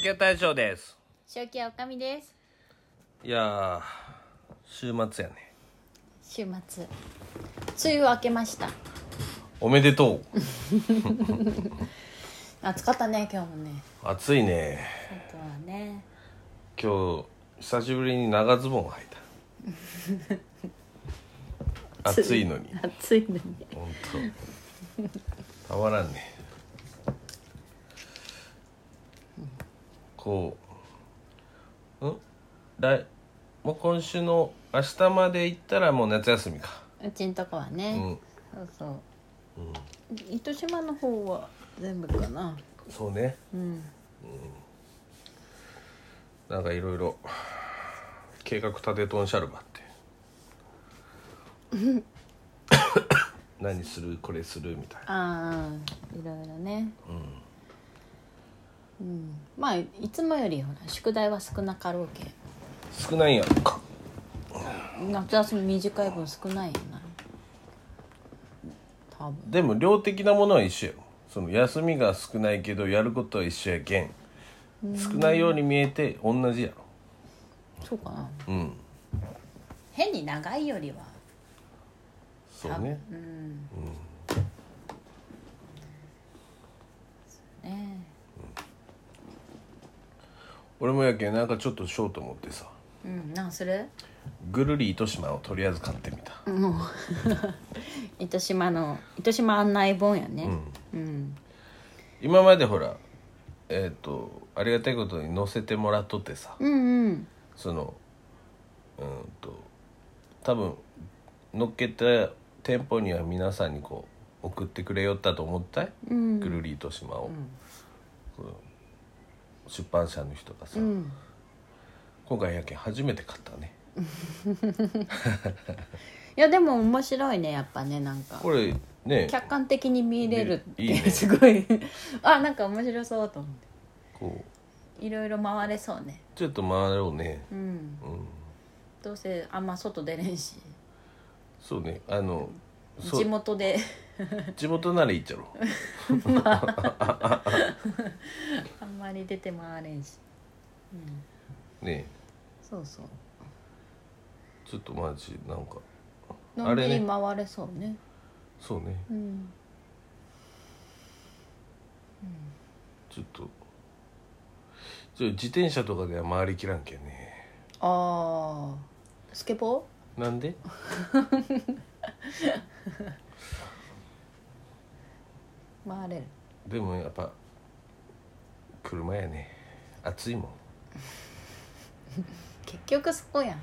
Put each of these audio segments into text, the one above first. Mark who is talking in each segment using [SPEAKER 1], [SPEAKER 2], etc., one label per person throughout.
[SPEAKER 1] 期は大将です
[SPEAKER 2] 正気はおかみです
[SPEAKER 1] いやー週末やね
[SPEAKER 2] 週末梅雨明けました
[SPEAKER 1] おめでとう
[SPEAKER 2] 暑かったね今日もね
[SPEAKER 1] 暑いね
[SPEAKER 2] あとはね
[SPEAKER 1] 今日久しぶりに長ズボン履い た暑いのに
[SPEAKER 2] 暑いのに
[SPEAKER 1] 本当たまらんねこうん来もう今週の明日まで行ったらもう夏休みか
[SPEAKER 2] うちんとこは
[SPEAKER 1] う
[SPEAKER 2] ね、
[SPEAKER 1] ん
[SPEAKER 2] そうそう、糸島の方は全部かな
[SPEAKER 1] そうね
[SPEAKER 2] うん
[SPEAKER 1] なんかいろいろ計画立てとんしゃるばって 何するこれするみたいな
[SPEAKER 2] ああいろいろねうん、まあいつもよりほら宿題は少なかろうけ
[SPEAKER 1] 少ないんやろか
[SPEAKER 2] 夏休み短い分少ないよな多分
[SPEAKER 1] でも量的なものは一緒よその休みが少ないけどやることは一緒やけん少ないように見えて同じや
[SPEAKER 2] そうかな
[SPEAKER 1] ろうん
[SPEAKER 2] 変に長いよりは
[SPEAKER 1] そうね
[SPEAKER 2] うん、ね
[SPEAKER 1] 俺もやけんなんかちょっとしようと思ってさ
[SPEAKER 2] えうんなんする
[SPEAKER 1] ぐるり糸島をとりあえず買ってみた
[SPEAKER 2] もう糸島の糸島案内本やねうん、
[SPEAKER 1] 今までほらえっ、とありがたいことに載せてもらっとってさ
[SPEAKER 2] うん、うん
[SPEAKER 1] そのうんと多分乗っけた店舗には皆さんにこう送ってくれよったと思ったい、
[SPEAKER 2] うん
[SPEAKER 1] ぐるり糸島を、そう出版社の人がさ、
[SPEAKER 2] うん
[SPEAKER 1] 今回やけん初めて買ったね
[SPEAKER 2] いやでも面白いねやっぱねなんか
[SPEAKER 1] これね
[SPEAKER 2] 客観的に見れるって
[SPEAKER 1] いいね
[SPEAKER 2] すごいあなんか面白そうと思っ
[SPEAKER 1] こう
[SPEAKER 2] ていろいろ回れそうね
[SPEAKER 1] ちょっと回ろうね
[SPEAKER 2] うん
[SPEAKER 1] うん
[SPEAKER 2] どうせあんま外出れんし
[SPEAKER 1] そうねあのそ
[SPEAKER 2] 地
[SPEAKER 1] う
[SPEAKER 2] 元で
[SPEAKER 1] 地元ならいいっちゃろ
[SPEAKER 2] あんまり出て回れんしうん
[SPEAKER 1] ね
[SPEAKER 2] そうそう
[SPEAKER 1] ちょっとマジなんか
[SPEAKER 2] の
[SPEAKER 1] あ
[SPEAKER 2] んび
[SPEAKER 1] れね
[SPEAKER 2] り回れそうね
[SPEAKER 1] そうね
[SPEAKER 2] うん
[SPEAKER 1] ちょっとちょ自転車とかでは回りきらんけんね
[SPEAKER 2] ああスケボー
[SPEAKER 1] なんで
[SPEAKER 2] 回れる
[SPEAKER 1] でもやっぱ車やね暑いもん
[SPEAKER 2] 結局そこやん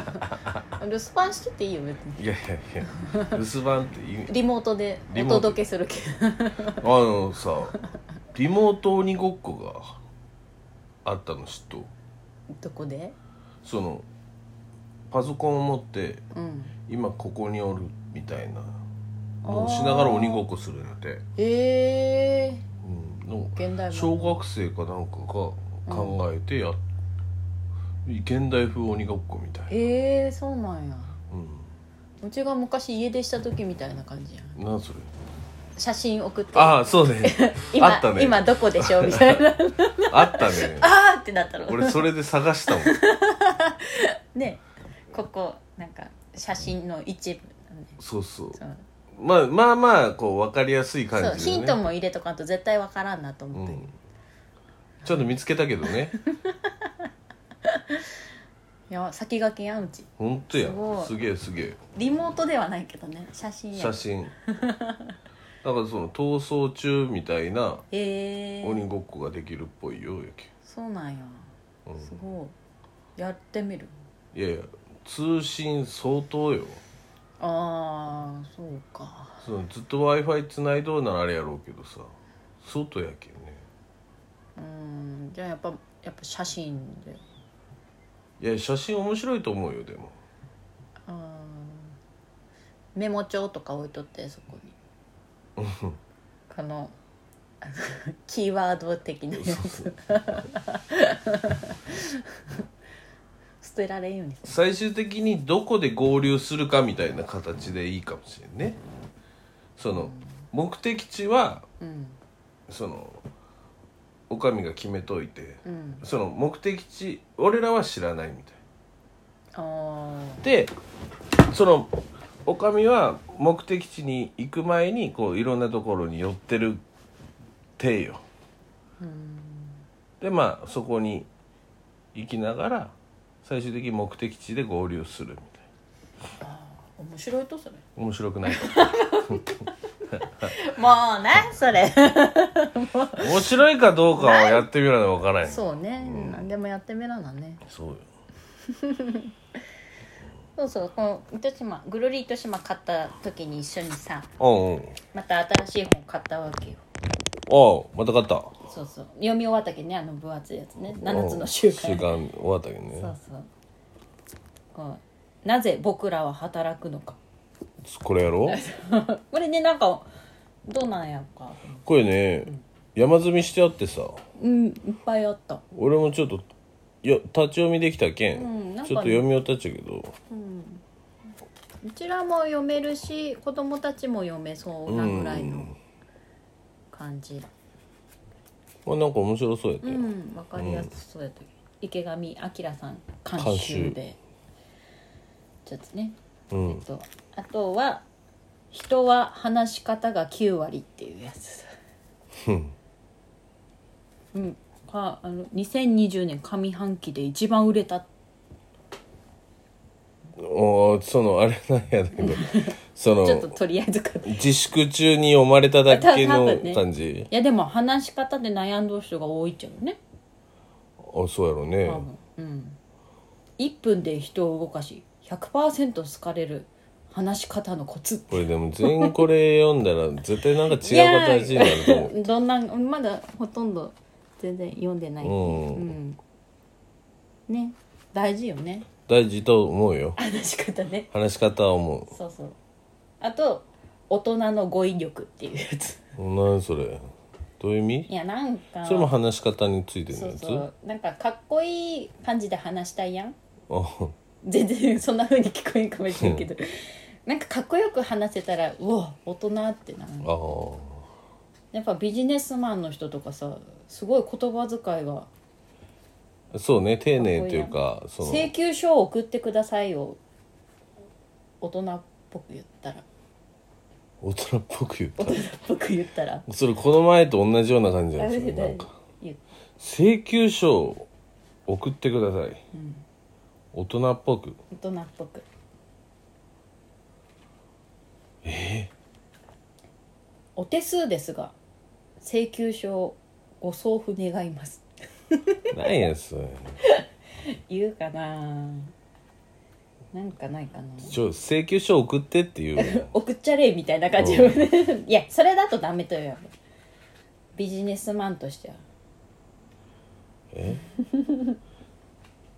[SPEAKER 2] 留守番してていいよ別に
[SPEAKER 1] いやいやいや留守番って意味
[SPEAKER 2] リモートで
[SPEAKER 1] リ
[SPEAKER 2] お
[SPEAKER 1] モート
[SPEAKER 2] 届けするけど
[SPEAKER 1] あのさリモート鬼ごっこがあったの知っとう
[SPEAKER 2] どこで
[SPEAKER 1] そのパソコンを持って
[SPEAKER 2] うん
[SPEAKER 1] 今ここにおるみたいなのをしながら鬼ごっこするんやって、
[SPEAKER 2] ええ
[SPEAKER 1] うん、の
[SPEAKER 2] 現代
[SPEAKER 1] 小
[SPEAKER 2] も
[SPEAKER 1] 学生かなんかが考えてや、現代風鬼ごっこみたいな、
[SPEAKER 2] ええそうなんや
[SPEAKER 1] う
[SPEAKER 2] うちが昔家出した時みたいな感じやん
[SPEAKER 1] ん、なんそれ
[SPEAKER 2] 写真送って
[SPEAKER 1] ああそうね
[SPEAKER 2] 今
[SPEAKER 1] あったね
[SPEAKER 2] 今どこでしょみ たいな
[SPEAKER 1] あったね
[SPEAKER 2] ああってなったろ
[SPEAKER 1] 俺それで探した もん
[SPEAKER 2] ねここなんか写真の一部だね
[SPEAKER 1] そうそう
[SPEAKER 2] そう
[SPEAKER 1] まあまあまあこう分かりやすい感じ
[SPEAKER 2] そ
[SPEAKER 1] で、
[SPEAKER 2] う
[SPEAKER 1] ね、
[SPEAKER 2] ヒントも入れとかんと絶対わからんなと思って、
[SPEAKER 1] うんちょっと見つけたけど ね
[SPEAKER 2] いや先駆けやんうち
[SPEAKER 1] 本当や
[SPEAKER 2] すごい
[SPEAKER 1] すげえすげえ
[SPEAKER 2] リモートではないけどね写真や
[SPEAKER 1] 写真だからその逃走中みたいな
[SPEAKER 2] えー、
[SPEAKER 1] 鬼ごっこができるっぽいよやけ
[SPEAKER 2] そうなんや
[SPEAKER 1] ん、うん
[SPEAKER 2] すごいやってみる
[SPEAKER 1] いやいや通信相当よ
[SPEAKER 2] ああそうか
[SPEAKER 1] そのずっと w i f i つないどうならあれやろうけどさ外やけんね
[SPEAKER 2] うんじゃあやっぱやっぱ写真で
[SPEAKER 1] いや写真面白いと思うよでも
[SPEAKER 2] あーメモ帳とか置いとってそこにこの あのキーワード的なやつ捨てられんようにする
[SPEAKER 1] 最終的にどこで合流するかみたいな形でいいかもしれんねその目的地は
[SPEAKER 2] うん
[SPEAKER 1] そのおかみが決めといて
[SPEAKER 2] うん
[SPEAKER 1] その目的地俺らは知らないみたい
[SPEAKER 2] あー
[SPEAKER 1] でそのおかみは目的地に行く前にこういろんなところに寄ってるてよ
[SPEAKER 2] うん
[SPEAKER 1] でまあそこに行きながら最終的に目的地で合流するみたい
[SPEAKER 2] 面白いとそれ
[SPEAKER 1] な面白く ない
[SPEAKER 2] もうねそれ
[SPEAKER 1] 面白いかどうかはやってみるのわからない
[SPEAKER 2] そうね、
[SPEAKER 1] うん
[SPEAKER 2] 何でもやってみらなね
[SPEAKER 1] そうよ
[SPEAKER 2] そうそうこの糸島ぐるり糸島買った時に一緒にさ
[SPEAKER 1] うんうん
[SPEAKER 2] また新しい本買ったわけよ
[SPEAKER 1] おうまた買った
[SPEAKER 2] そうそう読み終わったけどねあの分厚いやつね7つの習慣
[SPEAKER 1] うん習慣終わったけどね
[SPEAKER 2] そうそうこうなぜ僕らは働くのか
[SPEAKER 1] これやろ
[SPEAKER 2] これねなんかどうなんやろうか
[SPEAKER 1] これね山積みしてあってさ
[SPEAKER 2] うんいっぱいあった
[SPEAKER 1] 俺もちょっとよ立ち読みできたけん,、
[SPEAKER 2] うんなんかね
[SPEAKER 1] ちょっと読み終わったっちゃけど
[SPEAKER 2] うんうちらも読めるし子供たちも読めそうなぐらいの感じ
[SPEAKER 1] まあなんか面白そうやった
[SPEAKER 2] う
[SPEAKER 1] よ、
[SPEAKER 2] んわかりやすそうやったけど、池上彰さん監
[SPEAKER 1] 監
[SPEAKER 2] 修
[SPEAKER 1] 修
[SPEAKER 2] でちょっとね、
[SPEAKER 1] うん
[SPEAKER 2] えっと、あとは「人は話し方が9割」っていうやつ
[SPEAKER 1] うん
[SPEAKER 2] うんかあの2020年上半期で一番売れた
[SPEAKER 1] おーそのあれなんやだけ どそ
[SPEAKER 2] ちょっと
[SPEAKER 1] の
[SPEAKER 2] とりあえず買ってい
[SPEAKER 1] 自粛中に読まれただけ
[SPEAKER 2] た多
[SPEAKER 1] の
[SPEAKER 2] 分ね
[SPEAKER 1] 感じ、
[SPEAKER 2] やでも話し方で悩んどる人が多いっちゃうね
[SPEAKER 1] あそうやろうね
[SPEAKER 2] 多分うん1分で人を動かし100%好かれる話し方のコツ
[SPEAKER 1] これでも全員これ読んだら絶対なんか違う形になると思
[SPEAKER 2] どんなまだほとんど全然読んでないけど
[SPEAKER 1] うん
[SPEAKER 2] うんね大事よね
[SPEAKER 1] う大事と思うよ
[SPEAKER 2] 話し方ね
[SPEAKER 1] 話し方は思
[SPEAKER 2] そうそうあと大人の語彙力っていうや つ
[SPEAKER 1] う何それどういう意
[SPEAKER 2] い
[SPEAKER 1] 味
[SPEAKER 2] やなんか
[SPEAKER 1] それも話し方についての
[SPEAKER 2] そ
[SPEAKER 1] や
[SPEAKER 2] う
[SPEAKER 1] つ
[SPEAKER 2] そうなんかかっこいい感じで話したいやん
[SPEAKER 1] あ
[SPEAKER 2] 全然そんな風に聞こえんかもしれんけど、なんかかっこよく話せたらうわ大人ってなる
[SPEAKER 1] あー
[SPEAKER 2] やっぱビジネスマンの人とかさすごい言葉遣いが
[SPEAKER 1] そうね丁寧というか
[SPEAKER 2] 「
[SPEAKER 1] その
[SPEAKER 2] 請求書を送ってください」を大人っぽく言ったら
[SPEAKER 1] 大人っぽく言っ
[SPEAKER 2] 大
[SPEAKER 1] た
[SPEAKER 2] 人っぽく言ったら
[SPEAKER 1] それこの前と同じような感じなんですよ
[SPEAKER 2] あれ
[SPEAKER 1] なんか
[SPEAKER 2] 言う
[SPEAKER 1] 請求書を送ってください、大人っぽく
[SPEAKER 2] 大人っぽくお手数ですが請求書をご送付願います
[SPEAKER 1] 何やそれ
[SPEAKER 2] 言うかななんかないかな
[SPEAKER 1] ちょ請求書送ってっていう
[SPEAKER 2] 送っちゃれみたいな感じよね いやそれだとダメとよビジネスマンとしては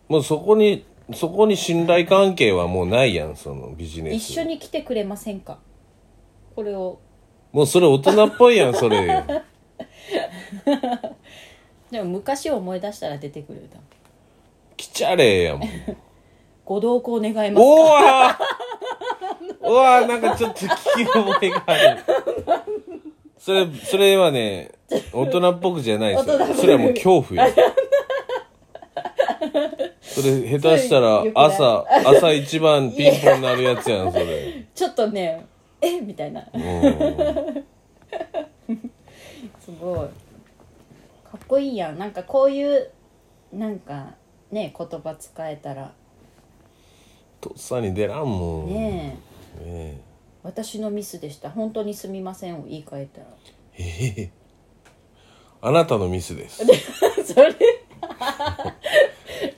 [SPEAKER 1] もうそこにそこに信頼関係はもうないやんそのビジネス
[SPEAKER 2] 一緒に来てくれませんかこれを
[SPEAKER 1] もうそれ大人っぽいやんそれ
[SPEAKER 2] でも昔を思い出したら出てくる歌
[SPEAKER 1] 来ちゃれやもん
[SPEAKER 2] ご同行願 います
[SPEAKER 1] おわおわなんかちょっと聞き覚えがあるそれそれはね大人っぽくじゃないです
[SPEAKER 2] 大人っぽ
[SPEAKER 1] よ
[SPEAKER 2] く
[SPEAKER 1] それはもう恐怖よそれ下手したら
[SPEAKER 2] それ良くない
[SPEAKER 1] 朝朝一番ピンポンなるやつやんそれ
[SPEAKER 2] ちょっとねえみたいな
[SPEAKER 1] うん
[SPEAKER 2] すごいかっこいいやんなんかこういうなんかね言葉使えたら
[SPEAKER 1] とっさに出らんもん
[SPEAKER 2] ねえ
[SPEAKER 1] ね
[SPEAKER 2] 私のミスでした本当にすみませんを言い換えたら
[SPEAKER 1] えええあなたのミスです
[SPEAKER 2] そ れ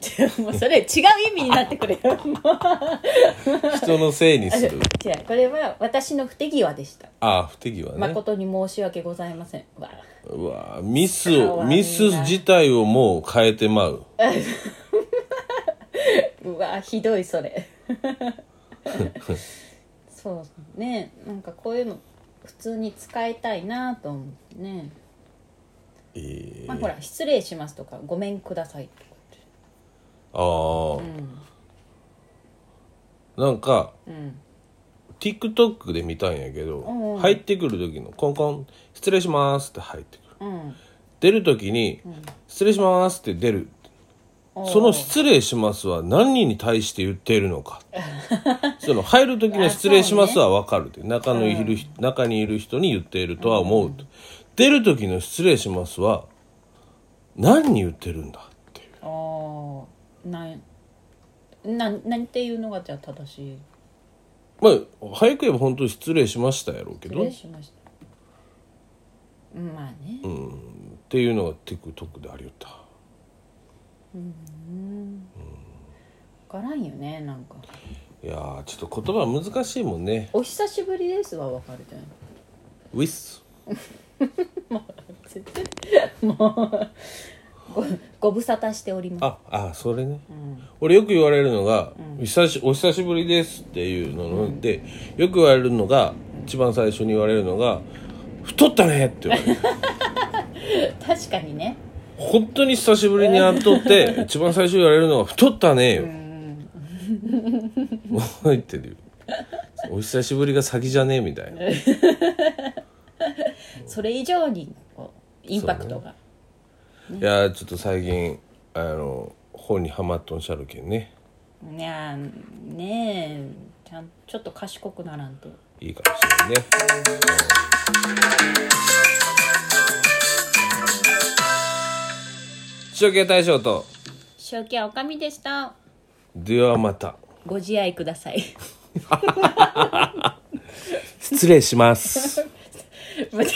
[SPEAKER 2] じゃあもうそれ違う意味になってくれよもう
[SPEAKER 1] 人のせいにす
[SPEAKER 2] 違
[SPEAKER 1] る
[SPEAKER 2] うこれは私の不手際でした
[SPEAKER 1] ああ不手際ね
[SPEAKER 2] 誠に申し訳ございませんわあ
[SPEAKER 1] うわぁミス
[SPEAKER 2] か
[SPEAKER 1] を
[SPEAKER 2] わいいな
[SPEAKER 1] ミス自体をもう変えてまう
[SPEAKER 2] うわひどいそれそうねなんかこういうの普通に使いたいなと思ってね、
[SPEAKER 1] え
[SPEAKER 2] まあほら「失礼します」とか「ごめんください」とかって
[SPEAKER 1] ー、ああ、なんか
[SPEAKER 2] うん、
[SPEAKER 1] TikTok で見たんやけど、
[SPEAKER 2] うん
[SPEAKER 1] 入ってくる時のコンコン「失礼します」って入ってくる
[SPEAKER 2] うん、
[SPEAKER 1] 出る時に「失礼します」って出るその「失礼します」は何人に対して言っているの かその入る時の「失礼します」は分かるって中のいる人、中にいる人に言っているとは思うと、出る時の「失礼します」は何に言ってるんだっていう
[SPEAKER 2] あーなんななんていうのがじゃあ正しい
[SPEAKER 1] まあ早く言えば本当に失礼しましたやろうけ
[SPEAKER 2] 失
[SPEAKER 1] どっ
[SPEAKER 2] 礼しましたうんまあね、
[SPEAKER 1] ていうのが TikTok でありよった
[SPEAKER 2] 分からんよねなんか
[SPEAKER 1] いやーちょっと言葉は難しいもんね
[SPEAKER 2] 「お久しぶりです」は分かるじゃん
[SPEAKER 1] 「ウィス
[SPEAKER 2] 絶対 もうごご無沙汰しており」ます
[SPEAKER 1] ああそれね
[SPEAKER 2] うん
[SPEAKER 1] 俺よく言われるのが「久しお久しぶりです」っていうので、よく言われるのが一番最初に言われるのが「太ったね」って言わ れる
[SPEAKER 2] 確かにね
[SPEAKER 1] 本当に久しぶりに会っとって一番最初言われるのが「太ったね」よ
[SPEAKER 2] う。ん
[SPEAKER 1] もう入ってるよお久しぶりが先じゃねえみたいな
[SPEAKER 2] それ以上にこうインパクトが、
[SPEAKER 1] いやーちょっと最近あの本にハマっとんしゃるけんね
[SPEAKER 2] いやーねえちゃんちょっと賢くならんと
[SPEAKER 1] いいかもしれないね中継大賞と
[SPEAKER 2] 正気はおかみでした
[SPEAKER 1] ではまた
[SPEAKER 2] ご自愛ください
[SPEAKER 1] 失礼します
[SPEAKER 2] 待って